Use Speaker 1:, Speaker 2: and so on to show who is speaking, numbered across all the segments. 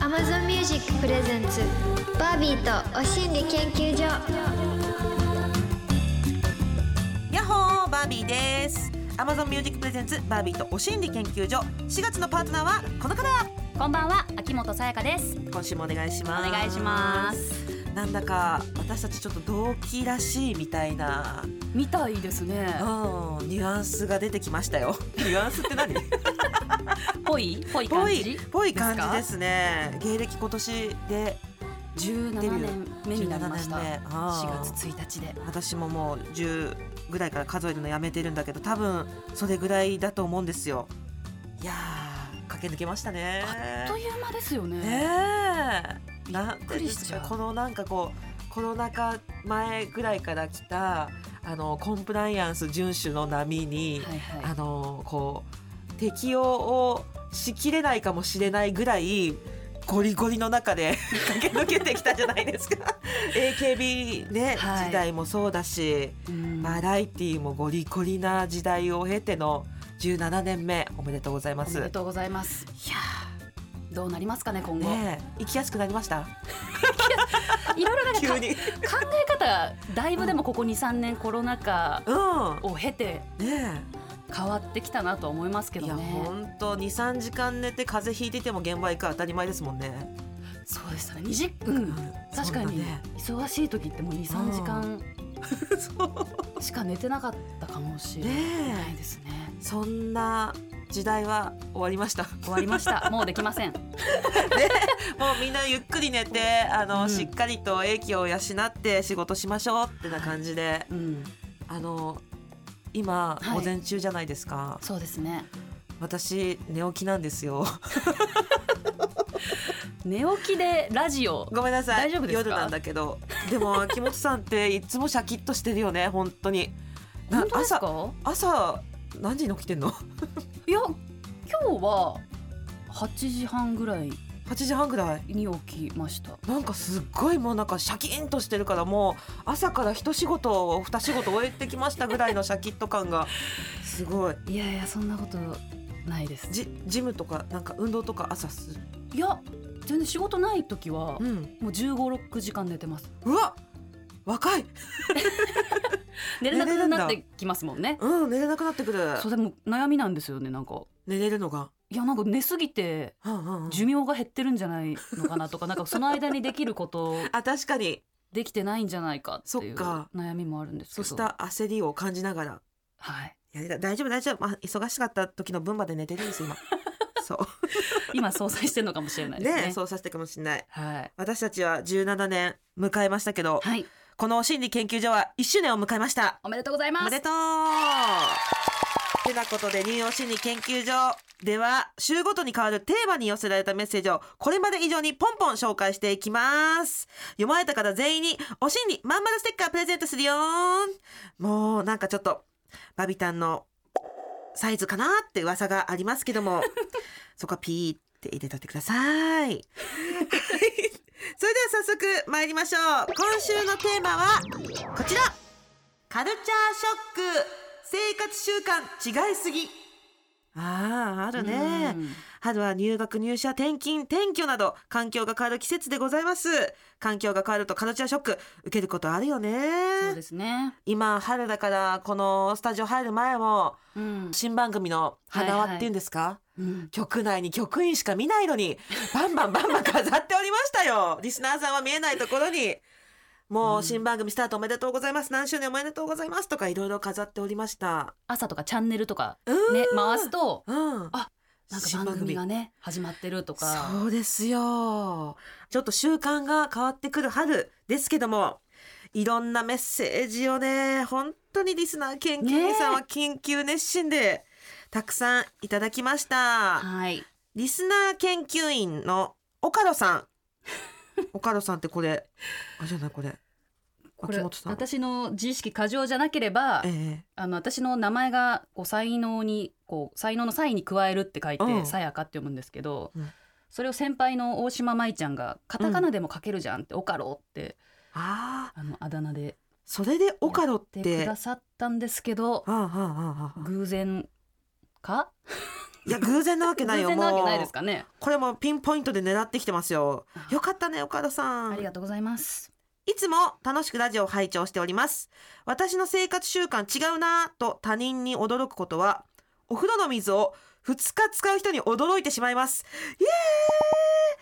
Speaker 1: Amazon Music Presents バービーとお心理研究所
Speaker 2: ヤッホーバービーです Amazon Music Presents バービーとお心理研究所4月のパートナーはこの方
Speaker 3: こんばんは、秋元さやかです。
Speaker 2: 今週もお願いし
Speaker 3: お
Speaker 2: ます
Speaker 3: 願いします。
Speaker 2: なんだか私たちちょっと同期らしいみたいな
Speaker 3: みたいですね
Speaker 2: うんニュアンスが出てきました よニュアンスって何
Speaker 3: ぽい、ぽい
Speaker 2: ぽ
Speaker 3: 感
Speaker 2: い
Speaker 3: じ。
Speaker 2: ぽい感じですすね芸歴今年で
Speaker 3: か。十
Speaker 2: デビュ
Speaker 3: 七
Speaker 2: ー
Speaker 3: 年目になりました
Speaker 2: 17。年目あー
Speaker 3: 四月一日で。
Speaker 2: 私ももう10ぐらいから数えるのやめてるんだけど多分それぐらいだと思うんですよいやー駆け抜けましたね
Speaker 3: あっという間ですよね。
Speaker 2: ねえなん
Speaker 3: びっくりしちゃう
Speaker 2: このなんかこうコロナ禍前ぐらいから来たあのコンプライアンス遵守の波に、
Speaker 3: はいはい。
Speaker 2: あのこう適用をしきれないかもしれないぐらいゴリゴリの中で 駆け抜けてきたじゃないです か AKB ね、
Speaker 3: はい
Speaker 2: 時代もそうだし
Speaker 3: うん
Speaker 2: バラエティーもゴリゴリな時代を経ての17年目おめでとうございま
Speaker 3: お
Speaker 2: す。い
Speaker 3: めで
Speaker 2: や
Speaker 3: とうございます。どうなりますかね、今
Speaker 2: ー
Speaker 3: 後。
Speaker 2: ねえ行きやすくなりました
Speaker 3: いろい ろなんか
Speaker 2: 急
Speaker 3: か
Speaker 2: に。
Speaker 3: 考え方、だいぶでもここ二三年コロナ禍
Speaker 2: う
Speaker 3: を経て
Speaker 2: ん、ね
Speaker 3: 変わってきたなと思います
Speaker 2: え
Speaker 3: け
Speaker 2: いや
Speaker 3: どね。
Speaker 2: 本当二三時間寝て風邪ひいてても現場行く当たり前ですもんね。
Speaker 3: そうでしたね。二時、うん。確かに
Speaker 2: そうだね
Speaker 3: 忙しい時ってもう二三時 間
Speaker 2: そう
Speaker 3: しか寝てなかったかもしれ
Speaker 2: ね
Speaker 3: ない
Speaker 2: え
Speaker 3: ですね。
Speaker 2: そんな時代は終わりました。
Speaker 3: 終わりま した。もうできませ ん。
Speaker 2: もうみんなゆっくり寝てあの、
Speaker 3: うん
Speaker 2: しっかりと英気を養って仕事しましょうってな感じで、
Speaker 3: うん、
Speaker 2: あの今、
Speaker 3: はい
Speaker 2: 午前中じゃないですか。
Speaker 3: そうですね。
Speaker 2: 私寝起きなんですよ。
Speaker 3: 寝起きでラジオ。
Speaker 2: ごめんなさい。
Speaker 3: 大丈夫です
Speaker 2: 夜
Speaker 3: か
Speaker 2: なんだけど、でも秋元さんっていつもシャキッとしてるよね本当に。な
Speaker 3: 本当です
Speaker 2: 朝
Speaker 3: か？
Speaker 2: 朝何時に起きてんの
Speaker 3: いや、今日は八時半ぐらい
Speaker 2: ?8 時半ぐらい
Speaker 3: に起きました。
Speaker 2: なんかすっごいもうなんかシャキーンとしてるからもう朝から一仕事二仕事終えてきましたぐらいのシャキッと感がすごい
Speaker 3: いやいやそんなことないです。
Speaker 2: ジジムとかなんか運動とか朝する
Speaker 3: いや、全然仕事ない時は
Speaker 2: うん
Speaker 3: もう十五六時間寝てます。
Speaker 2: うわ若い
Speaker 3: 寝れなくなってきますもんね。
Speaker 2: うん寝れなくなってくる
Speaker 3: そうでも悩みなんですよねなんか。
Speaker 2: 寝れるのが、
Speaker 3: いやなんか寝すぎて
Speaker 2: うんうんうん
Speaker 3: 寿命が減ってるんじゃないの かなとかなんかその間にできること
Speaker 2: あ確かに
Speaker 3: できてないんじゃないかってい
Speaker 2: そっ
Speaker 3: う
Speaker 2: か
Speaker 3: 悩みもあるんですけ
Speaker 2: そ
Speaker 3: ど
Speaker 2: うした焦りを感じながら
Speaker 3: はい、
Speaker 2: いや大丈夫大丈夫、まあ、忙しかった時の分まで寝てるん です今そ
Speaker 3: 今相殺してるのかもしれな
Speaker 2: う
Speaker 3: いですね
Speaker 2: ねそうさせてかもしれない
Speaker 3: はい、
Speaker 2: 私たちは17年迎えましたけど、
Speaker 3: はい、
Speaker 2: この心理研究所は1周年を迎えました。
Speaker 3: おめでとうござい
Speaker 2: お
Speaker 3: ま
Speaker 2: め
Speaker 3: す
Speaker 2: でとうてなことで、乳幼心理研究所では、週ごとに変わるテーマに寄せられたメッセージを、これまで以上にポンポン紹介していきます。読まれた方全員に、お心理まんまるステッカープレゼントするよもう、なんかちょっと、バビタンのサイズかなって噂がありますけど も、そこはピーって入れとってください。それでは早速参りましょう今週のテーマはこちらカルチャーショック生活習慣違いすぎあああるね
Speaker 3: うん
Speaker 2: 春は入学入社転勤転居など環境が変わる季節でございます環境が変わるとカルチャーショック受けることあるよ
Speaker 3: そう
Speaker 2: ね
Speaker 3: ですね、
Speaker 2: 今春だからこのスタジオ入る前も
Speaker 3: うん
Speaker 2: 新番組の花輪っていうんですか、
Speaker 3: うん、
Speaker 2: 局内に局員しか見ないのに、バンバンバンバン 飾っておりましたよ。リスナーさんは見えないところに。も
Speaker 3: う
Speaker 2: う、
Speaker 3: ん
Speaker 2: 新番組スタートおめでとうございます。何周年おめでとうございます。とか、いろいろ飾っておりました。
Speaker 3: 朝とかチャンネルとか
Speaker 2: うん。
Speaker 3: ね回すと
Speaker 2: うん。
Speaker 3: あ、なんか番組がね始まってるとか
Speaker 2: そうですよ。ちょっと習慣が変わってくる春ですけども、いろんなメッセージをね、本当にリスナー研究員さんは研究熱心で、たくさんいただきました。
Speaker 3: はい
Speaker 2: リスナー研究員の岡野さん。 岡野さんってこれ、あ、じゃないこれ。
Speaker 3: これ
Speaker 2: 秋元さん。
Speaker 3: 私の自意識過剰じゃなければ
Speaker 2: ええ
Speaker 3: あの私の名前がこう才能にこう才能の才に加えるって書い
Speaker 2: うん
Speaker 3: て「さやか」って読むんですけど、
Speaker 2: うん
Speaker 3: それを先輩の大島舞ちゃんが「カタカナでも書けるじゃん」って「オカロ」って
Speaker 2: ああ
Speaker 3: あのあだ名で
Speaker 2: それでオカロって
Speaker 3: やってくださったんですけど
Speaker 2: ああああああ
Speaker 3: 偶然か
Speaker 2: いや偶然なわけ
Speaker 3: 偶
Speaker 2: ないよ
Speaker 3: 然なわけない
Speaker 2: も
Speaker 3: で
Speaker 2: う
Speaker 3: すかね
Speaker 2: これもピンポイントで狙ってきてますよよかったね岡田さん
Speaker 3: ありがとうございます
Speaker 2: いつも楽しくラジオを拝聴しております私の生活習慣違うなぁと他人に驚くことはお風呂の水を2日使う人に驚いてしまいます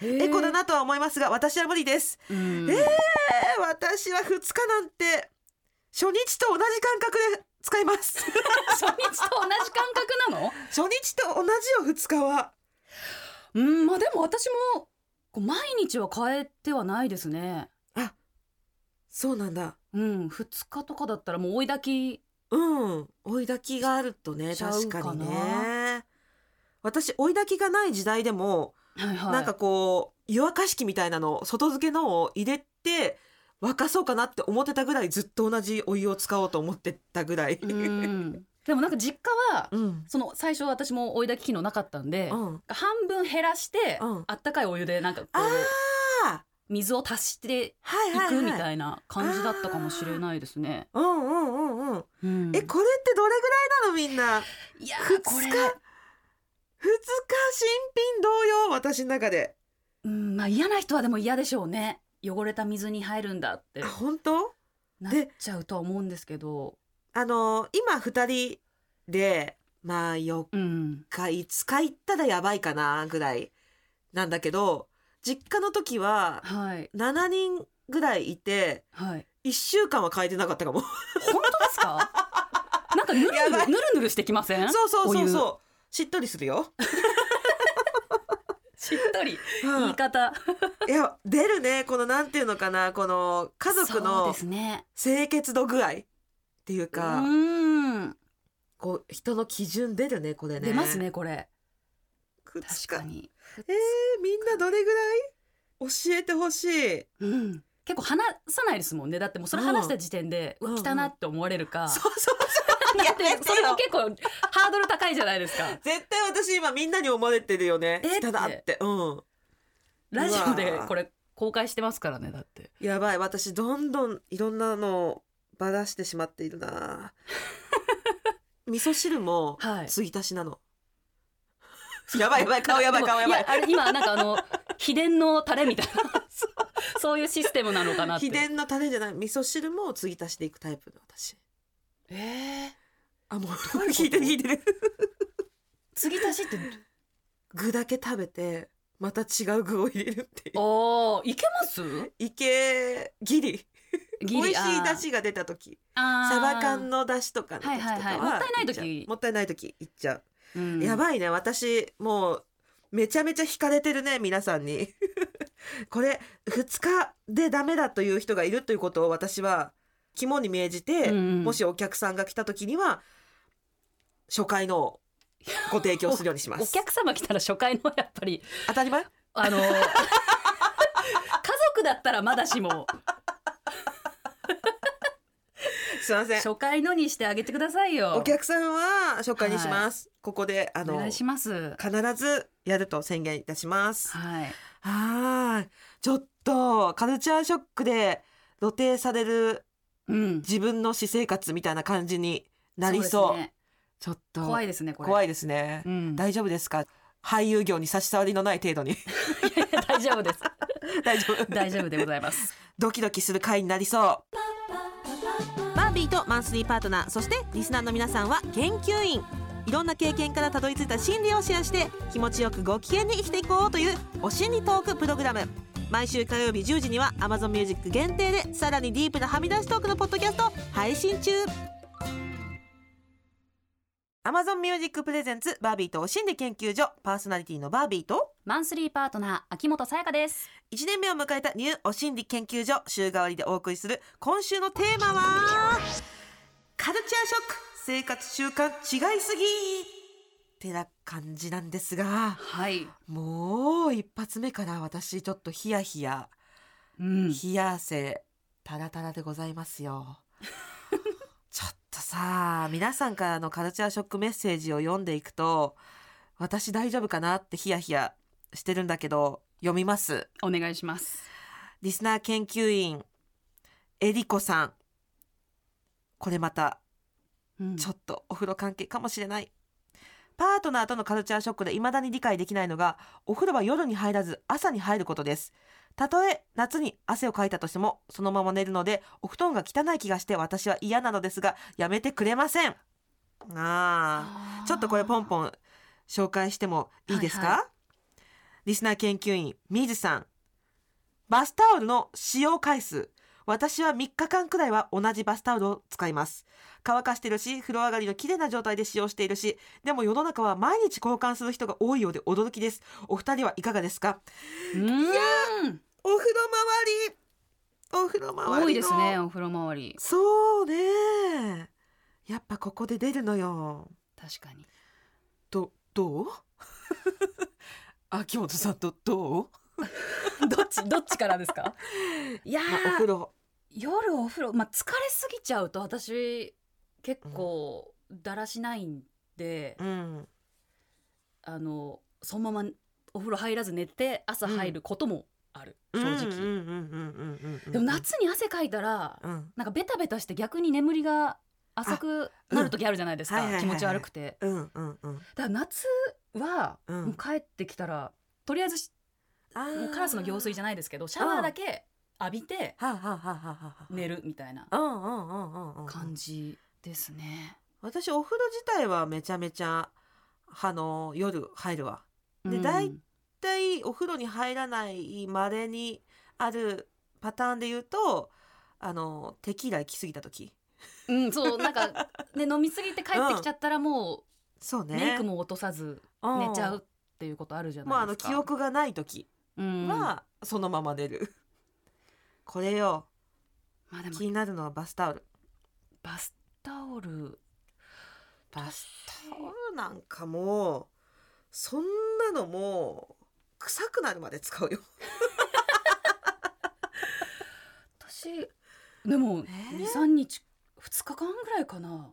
Speaker 2: エコだなとは思いますが私は無理です
Speaker 3: うん
Speaker 2: えーえー私は2日なんて初日と同じ感覚で使います
Speaker 3: 初日と同じ感覚なの
Speaker 2: 初日と同じよ2日は
Speaker 3: うんまあでも私もこう毎日は変えてはないですね
Speaker 2: そうなんだ
Speaker 3: うん2日とかだったらもう追い炊き
Speaker 2: うん追い炊きがあるとね
Speaker 3: しちゃ
Speaker 2: 確
Speaker 3: うかな
Speaker 2: かにね私追い炊きがない時代でも
Speaker 3: はいはい
Speaker 2: なんかこう湯沸かし器みたいなの外付けのを入れて沸かそうかなって思ってたぐらいずっと同じお湯を使おうと思ってたぐらい。
Speaker 3: うんでもなんか実家は
Speaker 2: うん
Speaker 3: その最初私も追い炊き機能なかったんで、
Speaker 2: うん、
Speaker 3: 半分減らして、
Speaker 2: うん
Speaker 3: あったかいお湯でなんかこ
Speaker 2: あ
Speaker 3: う
Speaker 2: あ
Speaker 3: 水を足して
Speaker 2: はい
Speaker 3: い
Speaker 2: はい、はい、
Speaker 3: くみたいな感じだったかもしれないですね。
Speaker 2: うんうんうんうん、
Speaker 3: うん
Speaker 2: えこれってどれぐらいなのみんな
Speaker 3: いや
Speaker 2: 二
Speaker 3: ー
Speaker 2: 日
Speaker 3: これ、
Speaker 2: 二日新品同様私の中で
Speaker 3: うんまあ、嫌な人はでも嫌でしょうね汚れた水に入るんだって
Speaker 2: あ本当
Speaker 3: なっちゃうとは思うんですけど、
Speaker 2: あの今二人でまあ4
Speaker 3: うん、
Speaker 2: 日5日行ったらやばいかなぐらいなんだけど実家の時は
Speaker 3: はい
Speaker 2: 7人ぐらいいて
Speaker 3: はい
Speaker 2: 1週間は変えてなかったかも
Speaker 3: 本当で すかなんかぬる
Speaker 2: や
Speaker 3: ぬ
Speaker 2: ばい
Speaker 3: るぬるぬるしてきませ ん
Speaker 2: そうそうそう
Speaker 3: お
Speaker 2: そうしっとりするよ、
Speaker 3: 湯しっとり
Speaker 2: う
Speaker 3: 言い
Speaker 2: ん
Speaker 3: 方
Speaker 2: いや出るねこのなんていうのかなこの家族
Speaker 3: そう
Speaker 2: の
Speaker 3: ですね
Speaker 2: 清潔度具合っていう
Speaker 3: う
Speaker 2: か
Speaker 3: ん
Speaker 2: こう人の基準出るねこれね
Speaker 3: 出ますねこれ
Speaker 2: くっつ
Speaker 3: 確
Speaker 2: か
Speaker 3: かに
Speaker 2: えー、みんなどれぐらい教えてほしい
Speaker 3: うん、結構話さないですもんねだってもうそれ話した時点で、
Speaker 2: う
Speaker 3: うんわ汚って思われるか、
Speaker 2: そうそうそう
Speaker 3: だ
Speaker 2: や
Speaker 3: っ
Speaker 2: め
Speaker 3: てそ
Speaker 2: て
Speaker 3: れも
Speaker 2: よ
Speaker 3: 結構ハードル高いじゃな いですか
Speaker 2: 絶対私今みんなに思われてるよね
Speaker 3: え
Speaker 2: ただってうん
Speaker 3: ラジオで
Speaker 2: うわ
Speaker 3: これ公開してますからねだって
Speaker 2: やばい私どんどんいろんなのをばらしてしまっている な味噌汁も
Speaker 3: はい
Speaker 2: 継ぎ足しなの、やばいやばい顔やばい
Speaker 3: でも
Speaker 2: 顔やばい
Speaker 3: やあれ今なんかあの秘伝のタレみ たいなそうそういうシステムなのかなって
Speaker 2: 秘伝のタレじゃない味噌汁も継ぎ足していくタイプの私
Speaker 3: えー、
Speaker 2: あもう
Speaker 3: ういうこと
Speaker 2: 聞いてる聞いてる
Speaker 3: 継ぎ足 しって
Speaker 2: 具だけ食べてまた違う具を入れるっていう
Speaker 3: おーいけます
Speaker 2: いけギリ
Speaker 3: ギ
Speaker 2: 美味
Speaker 3: リ
Speaker 2: しい出汁が出た時サバ缶
Speaker 3: の、
Speaker 2: の出汁とかの時とかは,、
Speaker 3: はいはいはいもったいない時
Speaker 2: もったいない時いっちゃう
Speaker 3: うん
Speaker 2: やばいね私もうめちゃめちゃ惹かれてるね皆さんに これ2日でダメだという人がいるということを私は肝に銘じて、
Speaker 3: うんうん
Speaker 2: もしお客さんが来た時には初回のをご提供するようにしま
Speaker 3: お
Speaker 2: す
Speaker 3: 客様来たら初回のやっぱり
Speaker 2: 当たり前
Speaker 3: あの家族だったらまだしも
Speaker 2: すいません
Speaker 3: 初回のにしてあげてくださいよ
Speaker 2: お客さんは初回にします、ここであ
Speaker 3: お
Speaker 2: の
Speaker 3: 願い
Speaker 2: 必
Speaker 3: します
Speaker 2: ずやると宣言いたします
Speaker 3: はい
Speaker 2: はーいちょっとカルチャーショックで露呈される
Speaker 3: うん
Speaker 2: 自分の私生活みたいな感じになりそう。
Speaker 3: ですね
Speaker 2: ちょっと
Speaker 3: 怖いですねこれ
Speaker 2: 怖
Speaker 3: い、
Speaker 2: いですね、
Speaker 3: うん、
Speaker 2: 大丈夫ですか 俳優業に差し障りのない程度に
Speaker 3: 大丈夫です
Speaker 2: 大 丈夫
Speaker 3: 大丈夫でございます
Speaker 2: ドキドキする回になりそうバービーとマンスリーパートナーそしてリスナーの皆さんは研究員いろんな経験からたどり着いた心理をシェアして気持ちよくご機嫌に生きていこうというお心理トークプログラム毎週火曜日10時には Amazon Music 限定でさらにディープなはみ出しトークのポッドキャストを配信中 Amazon Music プレゼンツバービーとお心理研究所パーソナリティのバービーと
Speaker 3: マンスリーパートナー秋元さやかです
Speaker 2: 1年目を迎えたニューお心理研究所週替わりでお送りする今週のテーマはカルチャーショック生活習慣違いすぎってな感じなんですが
Speaker 3: はい、
Speaker 2: もう一発目から私ちょっとヒヤヒヤ
Speaker 3: うん、
Speaker 2: 冷や汗タラタラでございます よちょっとさ皆さんからのカルチャーショックメッセージを読んでいくと私大丈夫かなってヒヤヒヤしてるんだけど読みます
Speaker 3: お願いします
Speaker 2: リスナー研究員えりこさんこれまた
Speaker 3: うん
Speaker 2: ちょっとお風呂関係かもしれない。パートナーとのカルチャーショックで未だに理解できないのが、お風呂は夜に入らず朝に入ることです。たとえ夏に汗をかいたとしても、そのまま寝るので、お布団が汚い気がして私は嫌なのですが、やめてくれません。あ
Speaker 3: あ
Speaker 2: あ、
Speaker 3: ー
Speaker 2: ちょっとこれポンポン紹介してもいいですか、
Speaker 3: はい
Speaker 2: リスナー研究員、水さん。バスタオルの使用回数。私は3日間くらいは同じバスタオルを使います。乾かしてるし風呂上がりの綺麗な状態で使用しているしでも世の中は毎日交換する人が多いようで驚きですお二人はいかがですか
Speaker 3: う
Speaker 2: お
Speaker 3: ん
Speaker 2: 風呂周りお風呂周り
Speaker 3: 多いですねお風呂周り
Speaker 2: そうねやっぱここで出るのよ
Speaker 3: 確か に
Speaker 2: どど う秋元さんとどう、
Speaker 3: どっちどっちからですかいやー
Speaker 2: まあ、お風呂
Speaker 3: 夜お風呂、まあ、疲れすぎちゃうと私結構だらしないんで、
Speaker 2: うん
Speaker 3: あのそのままお風呂入らず寝て朝入ることもある、正直、
Speaker 2: うんうんうんうんうんうん
Speaker 3: でも夏に汗かいたら
Speaker 2: うん
Speaker 3: なんかベタベタして逆に眠りが浅くなる時あるじゃないです
Speaker 2: あうんはい
Speaker 3: か
Speaker 2: はい
Speaker 3: 気
Speaker 2: はいはい
Speaker 3: 持ち悪くて
Speaker 2: うんうんうん
Speaker 3: だから夏は
Speaker 2: うん
Speaker 3: もう帰ってきたらとりあえずし
Speaker 2: あー
Speaker 3: もうカラスの行水じゃないですけどシャワーだけ浴びて
Speaker 2: はあ、はあはあはあはあ、
Speaker 3: 寝るみたいな
Speaker 2: うんうんうんうんうん
Speaker 3: 感じですね。
Speaker 2: 私お風呂自体はめちゃめちゃあの夜入るわで大
Speaker 3: うん
Speaker 2: 絶対お風呂に入らないまれにあるパターンで言うとあのテキーラ行き過ぎた時
Speaker 3: うん、そう、なんか、 ね、飲みすぎて帰ってきちゃったら、も
Speaker 2: そう
Speaker 3: う、
Speaker 2: ね
Speaker 3: メイクも落とさず、
Speaker 2: うん
Speaker 3: 寝ちゃうっていうことあるじゃ
Speaker 2: もう
Speaker 3: な
Speaker 2: あ
Speaker 3: いで
Speaker 2: の
Speaker 3: すか。
Speaker 2: 記憶がない時
Speaker 3: うん、
Speaker 2: はそのまま寝る、 これよ
Speaker 3: まあでも
Speaker 2: 気、になるのはバスタオル
Speaker 3: バスタオル。
Speaker 2: バスタオルなんかもうそんなのもう臭くなるまで使うよ
Speaker 3: 私、でも、
Speaker 2: えー
Speaker 3: 二三日、二日間ぐらいかな。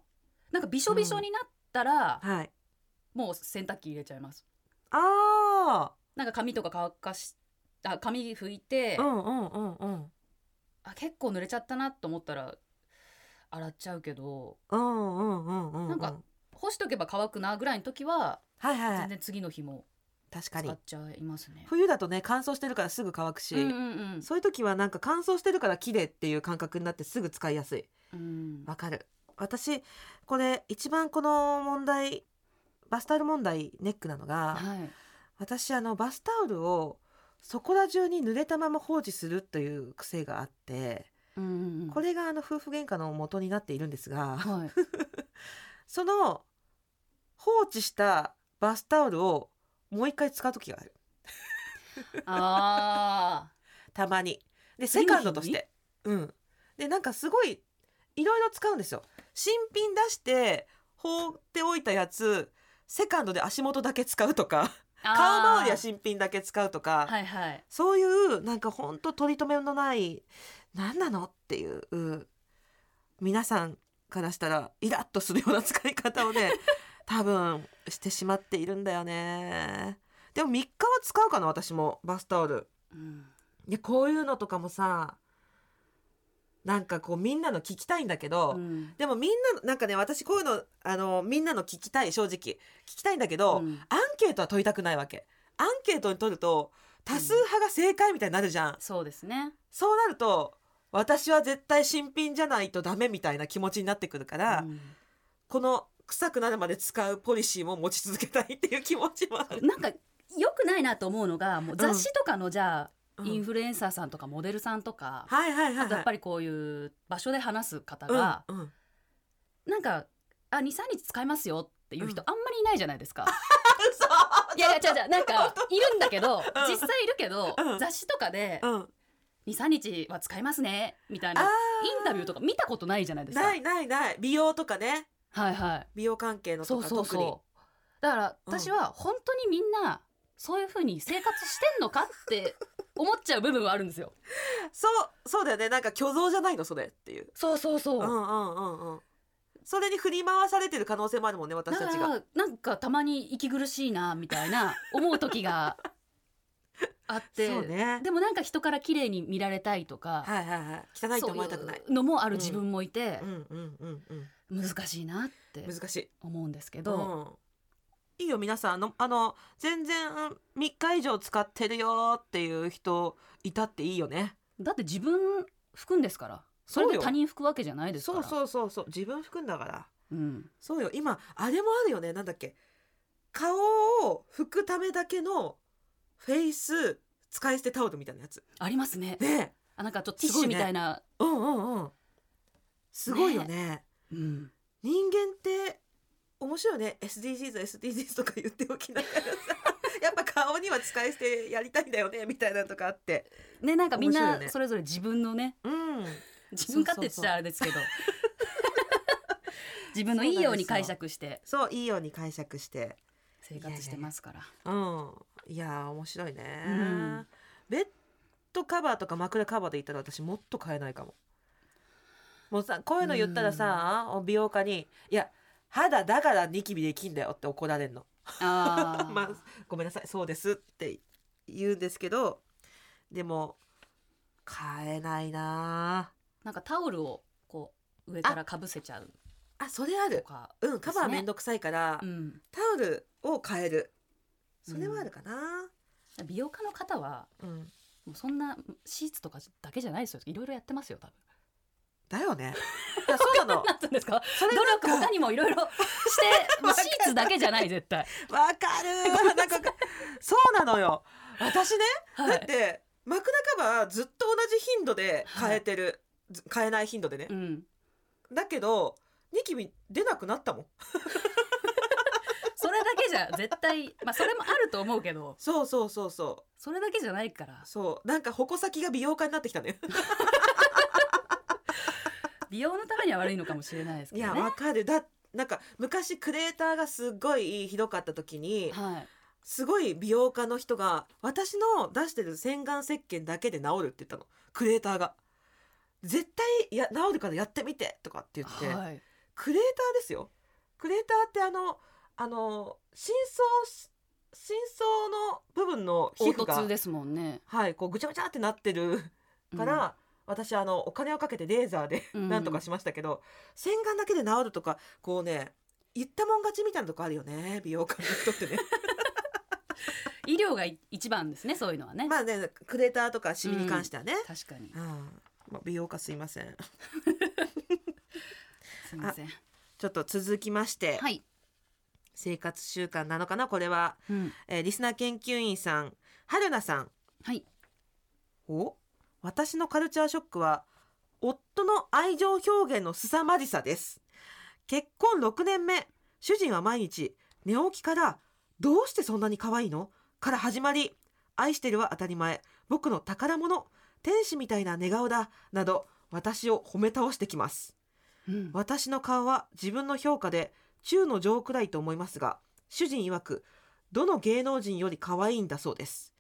Speaker 3: なんか、びしょびしょになったら、
Speaker 2: はい
Speaker 3: もう洗濯機入れちゃいます。
Speaker 2: あ
Speaker 3: なんか、髪とか乾かし、あ、髪拭いて、
Speaker 2: あうんうんうんうん
Speaker 3: あ、結構濡れちゃったなと思ったら。洗っちゃうけど、
Speaker 2: うんうんうんうんうん。
Speaker 3: なんか干しとけば乾くなぐらいの時は、
Speaker 2: はいは
Speaker 3: 全
Speaker 2: い。
Speaker 3: 然次の日も
Speaker 2: 確か
Speaker 3: 使
Speaker 2: に
Speaker 3: っ。ちゃいますね。
Speaker 2: 冬だとね乾燥してるからすぐ乾くし、
Speaker 3: うんうん
Speaker 2: そういう時はなんか乾燥してるから綺麗っていう感覚になってすぐ使いやすい。
Speaker 3: うん
Speaker 2: わかる。私これ一番この問題バスタオル問題ネックなのが、
Speaker 3: はい。
Speaker 2: 私あのバスタオルをそこら中に濡れたまま放置するという癖があって、
Speaker 3: うんうんうん
Speaker 2: これがあの夫婦喧嘩の元になっているんですが、
Speaker 3: はい。
Speaker 2: その放置したバスタオルをもう一回使う時がある。
Speaker 3: ああ。
Speaker 2: たまにでセ
Speaker 3: 次の
Speaker 2: カ
Speaker 3: 日
Speaker 2: ンドとしてうんでなんかすごいいろいろ使うんですよ新品出して放っておいたやつセカンドで足元だけ使うとか
Speaker 3: あー
Speaker 2: 顔周りは新品だけ使うとか、
Speaker 3: はいはい。
Speaker 2: そういうなんかほんと取り留めのない何なのっていううん皆さんからしたらイラッとするような使い方 をね多分してしまっているんだよねでも3日は使うかな私もバスタオル
Speaker 3: うん
Speaker 2: でこういうのとかもさなんかこうみんなの聞きたいんだけど、
Speaker 3: うん
Speaker 2: でもみんなのなんかね私こういうのあのみんなの聞きたい正直聞きたいんだけど、
Speaker 3: うん
Speaker 2: アンケートは取りたくないわけアンケートに取ると多数派が正解みたいになるじゃん、
Speaker 3: そうですね。
Speaker 2: そうなると私は絶対新品じゃないとダメみたいな気持ちになってくるから、
Speaker 3: うん
Speaker 2: この臭くなるまで使うポリシーも持ち続けたいっていう気持ちもある、
Speaker 3: なんか良くないなと思うのが、もう雑誌とかのじゃあ
Speaker 2: うん
Speaker 3: インフルエンサーさんとかモデルさんとか、
Speaker 2: はいはいはい、はい、
Speaker 3: やっぱ
Speaker 2: り
Speaker 3: りこういう場所で話す方が
Speaker 2: うんうん、
Speaker 3: なんかあ二三日使いますよっていう人あんまりいないじゃないですか。いやいや違う違うなんかいるんだけど実際いるけど
Speaker 2: うん
Speaker 3: 雑誌とかで
Speaker 2: うん、あ
Speaker 3: 23日は使いますねみたい
Speaker 2: ー
Speaker 3: なインタビューとか見たことないじゃないですか。
Speaker 2: ないないない美容とかね
Speaker 3: はいはい。
Speaker 2: 美容関係のと
Speaker 3: そう
Speaker 2: か
Speaker 3: そう
Speaker 2: 特に
Speaker 3: そう。だから
Speaker 2: うん
Speaker 3: 私は本当にみんなそういう風に生活してんのかって思っちゃう部分はあるんですよ。
Speaker 2: そうそうだよねなんか虚像じゃないのそれっていう
Speaker 3: そうそう
Speaker 2: う
Speaker 3: そ
Speaker 2: んう
Speaker 3: う。
Speaker 2: んうんうんそれに振り回されてる可能性もあるもんね私
Speaker 3: だか
Speaker 2: たちが
Speaker 3: らなんかたまに息苦しいなみたいな思う時があっ て、
Speaker 2: そうね
Speaker 3: でもなんか人から綺麗に見られたいとか、
Speaker 2: はいはいはい汚いと思われたくない
Speaker 3: そういうのもある自分もいて
Speaker 2: う、んうんうんう
Speaker 3: 難しいなって
Speaker 2: ん難しい
Speaker 3: 思うんですけど、
Speaker 2: うん、いいよ皆さんあのあの全然3日以上使ってるよっていう人いたっていいよね
Speaker 3: だって自分拭くんですからそ
Speaker 2: そうよ
Speaker 3: れで他人拭くわけじゃないですか
Speaker 2: そ
Speaker 3: ら
Speaker 2: うそうそうそう自分含んだから
Speaker 3: うん、
Speaker 2: そうよ今あれもあるよねなんだっけ顔を拭くためだけのフェイス使い捨てタオルみたいなやつ
Speaker 3: ありますね
Speaker 2: ね
Speaker 3: あなんかちょっとティッシュみたいな
Speaker 2: えうんうんうんすごいよね
Speaker 3: うん、
Speaker 2: 人間って面白いよね SDGs SDGs とか言っておきながらさ やっぱ顔には使い捨てやりたいんだよねみたいなのとかあって
Speaker 3: ねなんかみん
Speaker 2: 面白いよ
Speaker 3: な
Speaker 2: ね
Speaker 3: それぞれ自分のね
Speaker 2: うん
Speaker 3: 自分勝手って言ったらあれですけ ど自分のいいように解釈して
Speaker 2: そういいように解釈して
Speaker 3: 生活してますから
Speaker 2: うんいやー面白いね、
Speaker 3: うん
Speaker 2: ベッドカバーとか枕カバーで言ったら私もっと買えないかももうさこういうの言ったらさ、美容家に「いや肌だからニキビできんだよ」って怒られるの
Speaker 3: あー
Speaker 2: まあごめんなさいそうですって言うんですけどでも買えないな
Speaker 3: なんかタオルをこう上からかぶせちゃう
Speaker 2: あそれあ
Speaker 3: と
Speaker 2: る
Speaker 3: か、
Speaker 2: うんカバーめんどくさいから、
Speaker 3: うん、
Speaker 2: タオルを買えるそれはあるかな
Speaker 3: 美容家の方は
Speaker 2: うん
Speaker 3: もうそんなシーツとかだけじゃないですよいろいろやってますよ多分
Speaker 2: だよ ね。いやそうなの。
Speaker 3: なんて言うんですか
Speaker 2: それ
Speaker 3: 努
Speaker 2: なん
Speaker 3: 力
Speaker 2: か
Speaker 3: 他にもいろいろしてもうシーツだけじゃない絶対、
Speaker 2: わか る。なんかそうなのよ。私ね、
Speaker 3: は
Speaker 2: だっ
Speaker 3: い
Speaker 2: て枕カバーずっと同じ頻度で変えてる、ず変えない頻度でね
Speaker 3: う。ん、
Speaker 2: だけどニキビ出なくなったもん。
Speaker 3: それだけじゃ絶対まあそれもあると思うけど
Speaker 2: そうそうそうそ
Speaker 3: それだけじゃないから
Speaker 2: うそう。なんか矛先が美容家になってきたね。
Speaker 3: 美容のためには悪いのかもしれないです
Speaker 2: い
Speaker 3: け
Speaker 2: や
Speaker 3: どね
Speaker 2: わかる。だなんか昔クレーターがすごいひどかった時に
Speaker 3: はい
Speaker 2: すごい美容家の人が私の出してる洗顔石鹸だけで治るって言ったのクレーターが絶対や治るからやってみてとかって言って、
Speaker 3: はい
Speaker 2: クレーターですよクレーターってあのあの深層深層の部分の皮
Speaker 3: 皮
Speaker 2: 膚
Speaker 3: 膚
Speaker 2: が
Speaker 3: 痛ですもんね
Speaker 2: はいこうぐちゃぐちゃってなってるから、私あのお金をかけてレーザーで
Speaker 3: うん
Speaker 2: なんとかしましたけど、洗顔だけで治るとかこうね言ったもん勝ちみたいなとこあるよね美容家の人 ってね
Speaker 3: 医療がい一番ですねそういうのはね、
Speaker 2: まあね、クレーターとかシミに関してはね。
Speaker 3: 確かに
Speaker 2: うんまあ、美容家すいません。
Speaker 3: すみません
Speaker 2: ちょっと続きまして、
Speaker 3: はい、
Speaker 2: 生活習慣なのかな、これは、
Speaker 3: うん、
Speaker 2: えーリスナー研究員さん、春菜さん。
Speaker 3: はい
Speaker 2: お、私のカルチャーショックは、夫の愛情表現の凄まじさです。結婚6年目、主人は毎日、寝起きから、どうしてそんなに可愛いのから始まり、愛してるは当たり前、僕の宝物、天使みたいな寝顔だ、など、私を褒め倒してきます。
Speaker 3: うん
Speaker 2: 私の顔は自分の評価で中の上くらいと思いますが主人曰くどの芸能人より可愛いんだそうです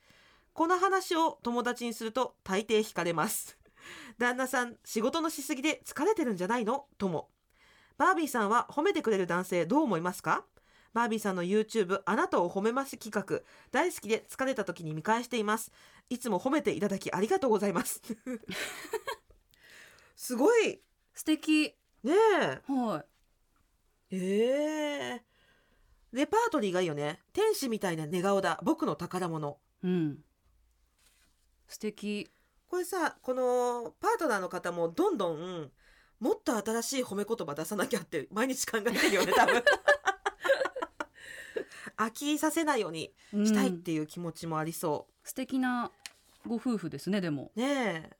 Speaker 2: この話を友達にすると大抵惹かれます 旦那さん仕事のしすぎで疲れてるんじゃないのともバービーさんは褒めてくれる男性どう思いますかバービーさんの YouTube あなたを褒めます企画大好きで疲れた時に見返していますいつも褒めていただきありがとうございます すごい
Speaker 3: 素敵
Speaker 2: ねえ
Speaker 3: は
Speaker 2: ええレパートリーがいいよね。天使みたいな寝顔だ。僕の宝物。
Speaker 3: いうん素敵
Speaker 2: これさ、このパートナーの方もどんどん、もっと新しい褒め言葉出さなきゃって毎日考えてるよね、多分。飽きさせないようにしたいっ
Speaker 3: うん
Speaker 2: ていう気持ちもありそ
Speaker 3: 素敵なご夫婦ですねでも
Speaker 2: う。ねえ。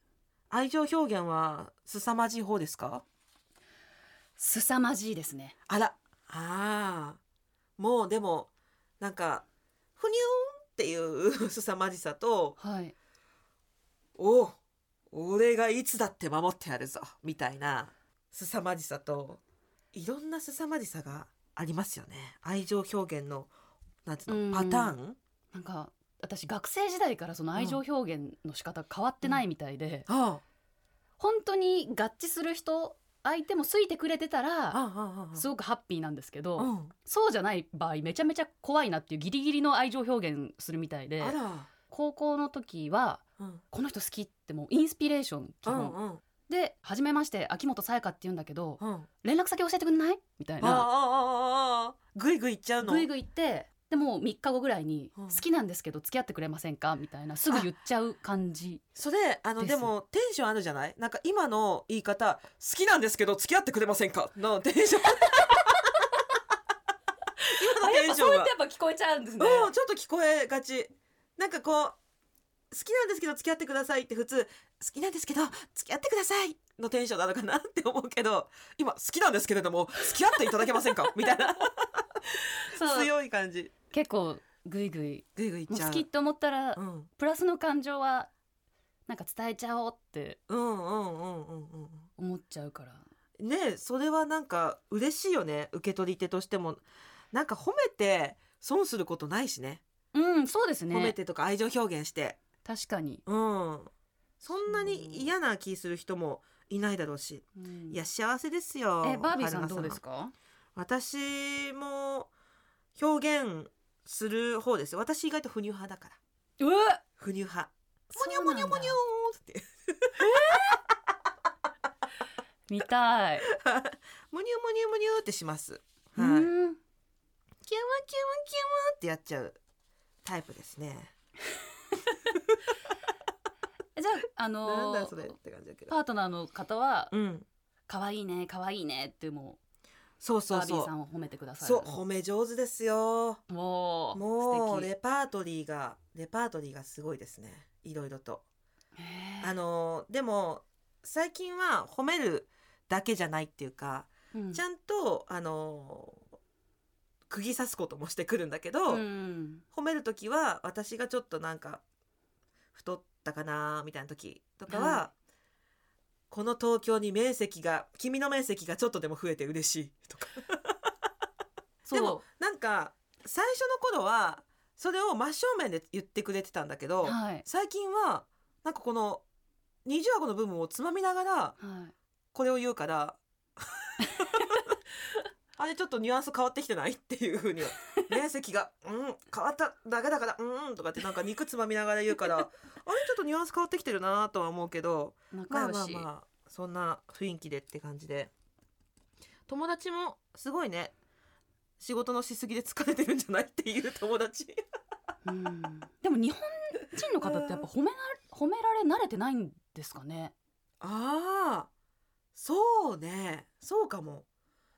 Speaker 2: 愛情表現は凄まじい方ですか
Speaker 3: 凄まじいですね
Speaker 2: あら。ああ。もうでも、なんか、ふにゅーんっていう 凄まじさと、
Speaker 3: はい
Speaker 2: おう俺がいつだって守ってやるぞみたいな凄まじさといろんな凄まじさがありますよね愛情表現のなんていうの
Speaker 3: う
Speaker 2: パ
Speaker 3: ん
Speaker 2: ターン
Speaker 3: なんか私学生時代からその愛情表現の仕方変わってないみたいで、
Speaker 2: あ
Speaker 3: 本当に合致する人相手も好いてくれてた
Speaker 2: あ
Speaker 3: ら
Speaker 2: ああ
Speaker 3: すごくハッピーなんですけど、
Speaker 2: あうん
Speaker 3: そうじゃない場合めちゃめちゃ怖いなっていうギリギリの愛情表現するみたいで
Speaker 2: あら
Speaker 3: 高校の時は
Speaker 2: うん
Speaker 3: この人好きってもうインスピレーション基
Speaker 2: う
Speaker 3: 本、
Speaker 2: んうん
Speaker 3: で初めまして秋元才加って言うんだけど
Speaker 2: うんあ
Speaker 3: 連絡先教えてくんないみたい
Speaker 2: ああ
Speaker 3: な
Speaker 2: ああぐいぐい行っちゃうの
Speaker 3: ぐいぐい言ってでもう3日後ぐらいに
Speaker 2: うん
Speaker 3: 好きなんですけど付き合ってくれませんかみたいなすぐ言っちゃう 感じ
Speaker 2: それあの
Speaker 3: で
Speaker 2: ですもテンションあるじゃないなんか今の言い方「好きなんですけど付き合ってくれませんか?」のテンション今のテンションは
Speaker 3: やっぱ聞こえちゃうんです
Speaker 2: うんちょっと聞こえがちなんかこう「好きなんですけど付き合ってください」って普通「好きなんですけど付き合ってください」のテンションなのかなって思うけど今「好きなんですけれども付き合っていただけません か?」みたいな
Speaker 3: そう
Speaker 2: 強い感じ
Speaker 3: 結構ぐいぐい
Speaker 2: ぐいぐいいっ
Speaker 3: もう
Speaker 2: ちゃ
Speaker 3: 好
Speaker 2: う
Speaker 3: きって思ったら
Speaker 2: うん
Speaker 3: プラスの感情はなんか伝えちゃおうって
Speaker 2: うんうんうんうんうん
Speaker 3: 思っちゃうから
Speaker 2: ねえそれはなんか嬉しいよね受け取り手としてもなんか褒めて損することないしね
Speaker 3: うんそうです
Speaker 2: 褒め
Speaker 3: ね
Speaker 2: てとか愛情表現して
Speaker 3: 確かに、
Speaker 2: うんそんなに嫌な気する人もいないだろうし
Speaker 3: うん
Speaker 2: いや幸せですよ
Speaker 3: えバービーさん
Speaker 2: 春菜
Speaker 3: どうですか
Speaker 2: 私も表現する方ですよ私意外と不乳派だから
Speaker 3: うわ
Speaker 2: 不乳派
Speaker 3: そ
Speaker 2: モ
Speaker 3: う
Speaker 2: ニ
Speaker 3: な
Speaker 2: ョ
Speaker 3: ん
Speaker 2: モ
Speaker 3: だ
Speaker 2: ニョモニョーって
Speaker 3: 見 たい、
Speaker 2: モニョモニョモニョーってします
Speaker 3: う
Speaker 2: はいキュンワンキュンワン
Speaker 3: ん
Speaker 2: キュンワンってやっちゃうタイプですね
Speaker 3: えじゃあ
Speaker 2: な
Speaker 3: あ
Speaker 2: ん
Speaker 3: の
Speaker 2: だそれって感じだけど
Speaker 3: パートナーの方は
Speaker 2: うん
Speaker 3: 可愛いね可愛いねっても
Speaker 2: そう
Speaker 3: う
Speaker 2: そ
Speaker 3: バ
Speaker 2: う
Speaker 3: ービー
Speaker 2: そ
Speaker 3: さんを褒めてくだ
Speaker 2: う
Speaker 3: さい
Speaker 2: そう褒め上手ですよ
Speaker 3: もう
Speaker 2: も
Speaker 3: 素
Speaker 2: う
Speaker 3: 敵
Speaker 2: レパートリーがレパートリーがすごいですねいろいろと
Speaker 3: へー
Speaker 2: あのでも最近は褒めるだけじゃないっていうか
Speaker 3: うん
Speaker 2: ちゃんとあの釘刺すこともしてくるんだけど、
Speaker 3: うん
Speaker 2: 褒める時は私がちょっとなんか太ったかなみたいな時とかは、
Speaker 3: は
Speaker 2: この東京に面積が君の面積がちょっとでも増えて嬉しいとか
Speaker 3: そう
Speaker 2: でもなんか最初の頃はそれを真正面で言ってくれてたんだけど、
Speaker 3: はい
Speaker 2: 最近はなんかこの20話語の部分をつまみながら
Speaker 3: はい
Speaker 2: これを言うから あれちょっとニュアンス変わってきてないっていうふうに は面積が「うん変わっただけだからうんうん」とかってなんか肉つまみながら言う からあれちょっとニュアンス変わってきてるなとは思うけど
Speaker 3: 仲
Speaker 2: まあ
Speaker 3: 良し、
Speaker 2: まあまあそんな雰囲気でって感じで友達もすごいね仕事のしすぎで疲れてるんじゃないっていう 友達
Speaker 3: うんでも日本人の方ってやっぱ褒めな褒められ慣れてないんですかね。
Speaker 2: ああそうねそうかも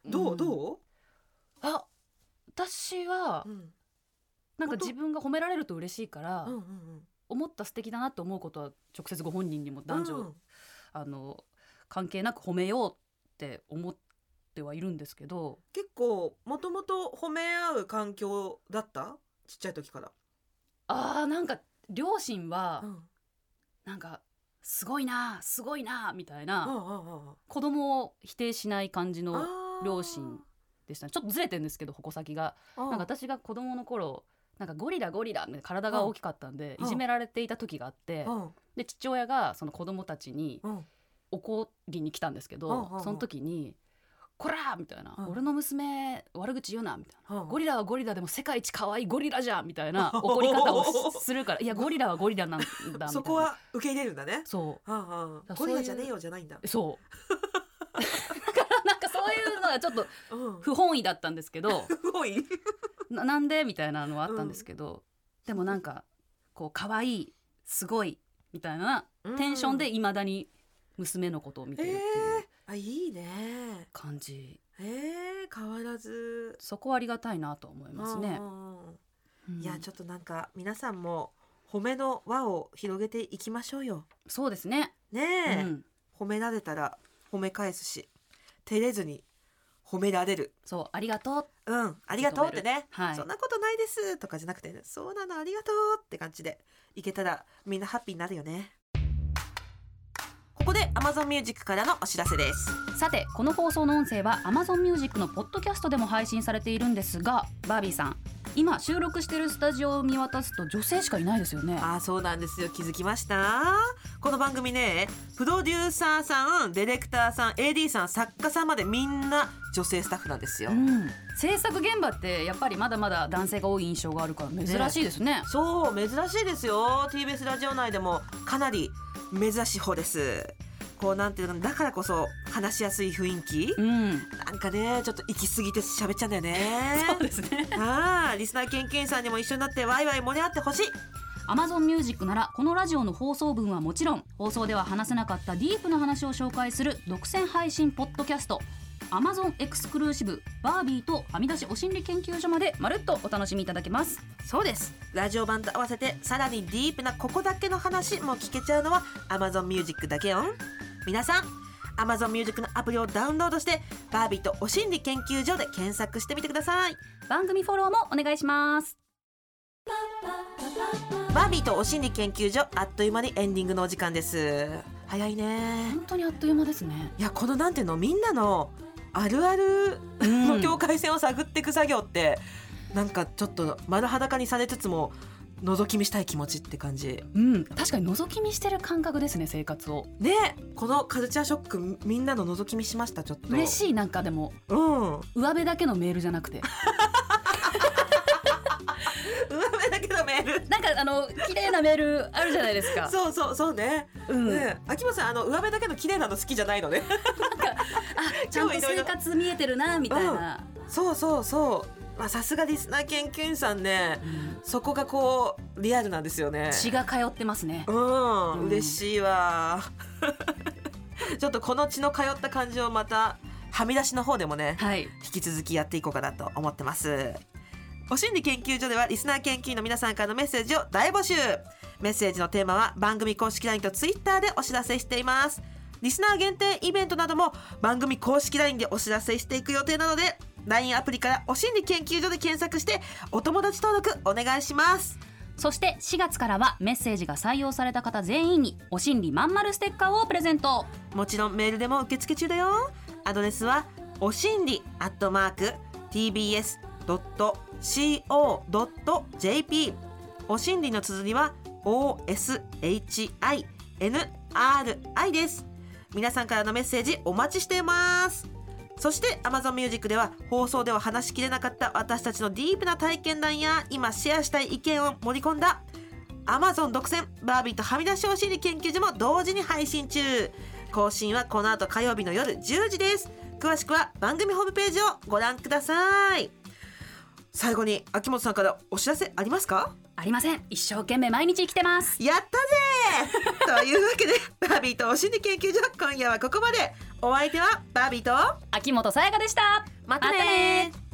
Speaker 2: どう、
Speaker 3: ん
Speaker 2: どう、
Speaker 3: あ私は
Speaker 2: ん、
Speaker 3: なんか自分が褒められると嬉しいから、
Speaker 2: うんうんうん
Speaker 3: 思った素敵だなと思うことは直接ご本人にも男女、
Speaker 2: うん
Speaker 3: あの関係なく褒めようって思ってはいるんですけど
Speaker 2: 結構もともと褒め合う環境だったちっちゃい時から、
Speaker 3: あーなんか両親は
Speaker 2: うん、
Speaker 3: なんか「すごいなすごいな」みたい
Speaker 2: あ
Speaker 3: な
Speaker 2: あ
Speaker 3: 子供を否定しない感じ
Speaker 2: ああ
Speaker 3: の
Speaker 2: あ
Speaker 3: 両親でしたねちょっとずれてるんですけど矛先が。
Speaker 2: な
Speaker 3: なんか私が子供の頃なんかゴリラゴリラみたいな体が大きかったんで
Speaker 2: うん
Speaker 3: いじめられていた時があって
Speaker 2: うん
Speaker 3: で父親がその子供たちに
Speaker 2: うん
Speaker 3: 怒りに来たんですけ
Speaker 2: うんうんう
Speaker 3: ど
Speaker 2: ん
Speaker 3: その時に「こら!」みたいな
Speaker 2: うん
Speaker 3: 「俺の娘悪口言うな」みたいな。
Speaker 2: うん
Speaker 3: ゴリラはゴリラでも世界一可愛いゴリラじゃんみた いな怒り方をすするからいやゴリラはゴリラなんだみたいな
Speaker 2: そこは受け入れるんだね
Speaker 3: そ
Speaker 2: ああ
Speaker 3: ら
Speaker 2: ゴリ
Speaker 3: そうい
Speaker 2: ラ
Speaker 3: う
Speaker 2: じゃねえよじゃないんだ
Speaker 3: うそうだからなんかそういうのはちょっと
Speaker 2: うん
Speaker 3: 不本意だったんです けど
Speaker 2: すごい
Speaker 3: ななんでみたいなのはあったんですけど、でもなんかこう可愛いすごいみたいなテンションでいまだに娘のことを見てるっ
Speaker 2: え
Speaker 3: てい
Speaker 2: え
Speaker 3: う
Speaker 2: あいいね
Speaker 3: 感じ、
Speaker 2: ええ変わらず
Speaker 3: そこはありがたいなと思いますね
Speaker 2: う。んうんうん
Speaker 3: うん
Speaker 2: いやちょっとなんか皆さんも褒めの輪を広げていきましょうよ
Speaker 3: そうですね、
Speaker 2: ねえ、
Speaker 3: うん、
Speaker 2: 褒められたら褒め返すし照れずに褒められる
Speaker 3: そうありがとう
Speaker 2: うんありがとうってね、
Speaker 3: はい
Speaker 2: そんなことないですとかじゃなくて、ね、そうなのありがとうって感じでいけたらみんなハッピーになるよねここで Amazon Music からのお知らせです
Speaker 3: さてこの放送の音声は Amazon Music のポッドキャストでも配信されているんですがバービーさん今収録してるスタジオを見渡すと女性しかいないですよね
Speaker 2: あーそうなんですよ気づきましたこの番組ねプロデューサーさんディレクターさん AD さん作家さんまでみんな女性スタッフなんですよ、
Speaker 3: うん、制作現場ってやっぱりまだまだ男性が多い印象があるから珍しいですね
Speaker 2: そう珍しいですよ TBS ラジオ内でもかなり珍しい方ですこうなんていうのだからこそ話しやすい雰囲気、
Speaker 3: うん
Speaker 2: なんかねちょっと行き過ぎて喋っちゃうんだよね
Speaker 3: そうですね
Speaker 2: あーリスナー研究員さんにも一緒になってワイワイ盛り上がってほしい
Speaker 3: Amazon Music ならこのラジオの放送分はもちろん放送では話せなかったディープな話を紹介する独占配信ポッドキャスト Amazon エクスクルーシブバービーとはみ出しお心理研究所までまるっとお楽しみいただけます
Speaker 2: そうですラジオ版と合わせてさらにディープなここだけの話も聞けちゃうのは Amazon Music だけよ皆さん Amazon Music のアプリをダウンロードしてバービーとお心理研究所で検索してみてください
Speaker 3: 番組フォローもお願いします
Speaker 2: バービーとお心理研究所あっという間にエンディングのお時間です早いね
Speaker 3: 本当にあっという間ですね
Speaker 2: いやこのなんていうのみんなのあるあるの境界線を探っていく作業って、なんかちょっと丸裸にされつつも覗き見したい気持ちって感じ
Speaker 3: うん、確かに覗き見してる感覚ですね生活を
Speaker 2: ねこのカルチャーショックみみんなの覗き見しましたちょっと
Speaker 3: 嬉
Speaker 2: い
Speaker 3: しいなんかでも
Speaker 2: うん上
Speaker 3: 上辺だけのメールじゃなくて
Speaker 2: 辺だけどメール
Speaker 3: なんかあの綺麗なメールあるじゃないです か
Speaker 2: そうそうそうね、
Speaker 3: う、ん、
Speaker 2: ね秋元さんあの上辺だけの綺麗なの好きじゃないのね
Speaker 3: あちゃんと生活見えてるなみたいな、
Speaker 2: そうそうそうまあさすがリスナー研究員さんね
Speaker 3: うん
Speaker 2: そこがこうリアルなんですよね
Speaker 3: 血が通ってますね
Speaker 2: うん、
Speaker 3: うん
Speaker 2: 嬉しいわ ちょっとこの血の通った感じをまたはみ出しの方でもね
Speaker 3: はい
Speaker 2: 引き続きやっていこうかなと思ってますお心理研究所ではリスナー研究員の皆さんからのメッセージを大募集メッセージのテーマは番組公式 LINE と Twitter でお知らせしていますリスナー限定イベントなども番組公式 LINE でお知らせしていく予定なので LINE アプリからお心理研究所で検索してお友達登録お願いします
Speaker 3: そして4月からはメッセージが採用された方全員にお心理まんまるステッカーをプレゼント
Speaker 2: もちろんメールでも受付中だよアドレスはおしんりアットマーク tbs.co.jp おしんりの綴りは oshinri です皆さんからのメッセージお待ちしていますそして Amazon Music では放送では話しきれなかった私たちのディープな体験談や今シェアしたい意見を盛り込んだ Amazon 独占バービーとはみ出しお尻研究所も同時に配信中更新はこの後火曜日の夜10時です詳しくは番組ホームページをご覧ください最後に秋元さんからお知らせありますか
Speaker 3: ありません一生懸命毎日生きてます
Speaker 2: や ったぜというわけでバービーとお心理研究所今夜はここまでお相手はバービーと
Speaker 3: 秋元さやかでした
Speaker 2: またね
Speaker 3: またね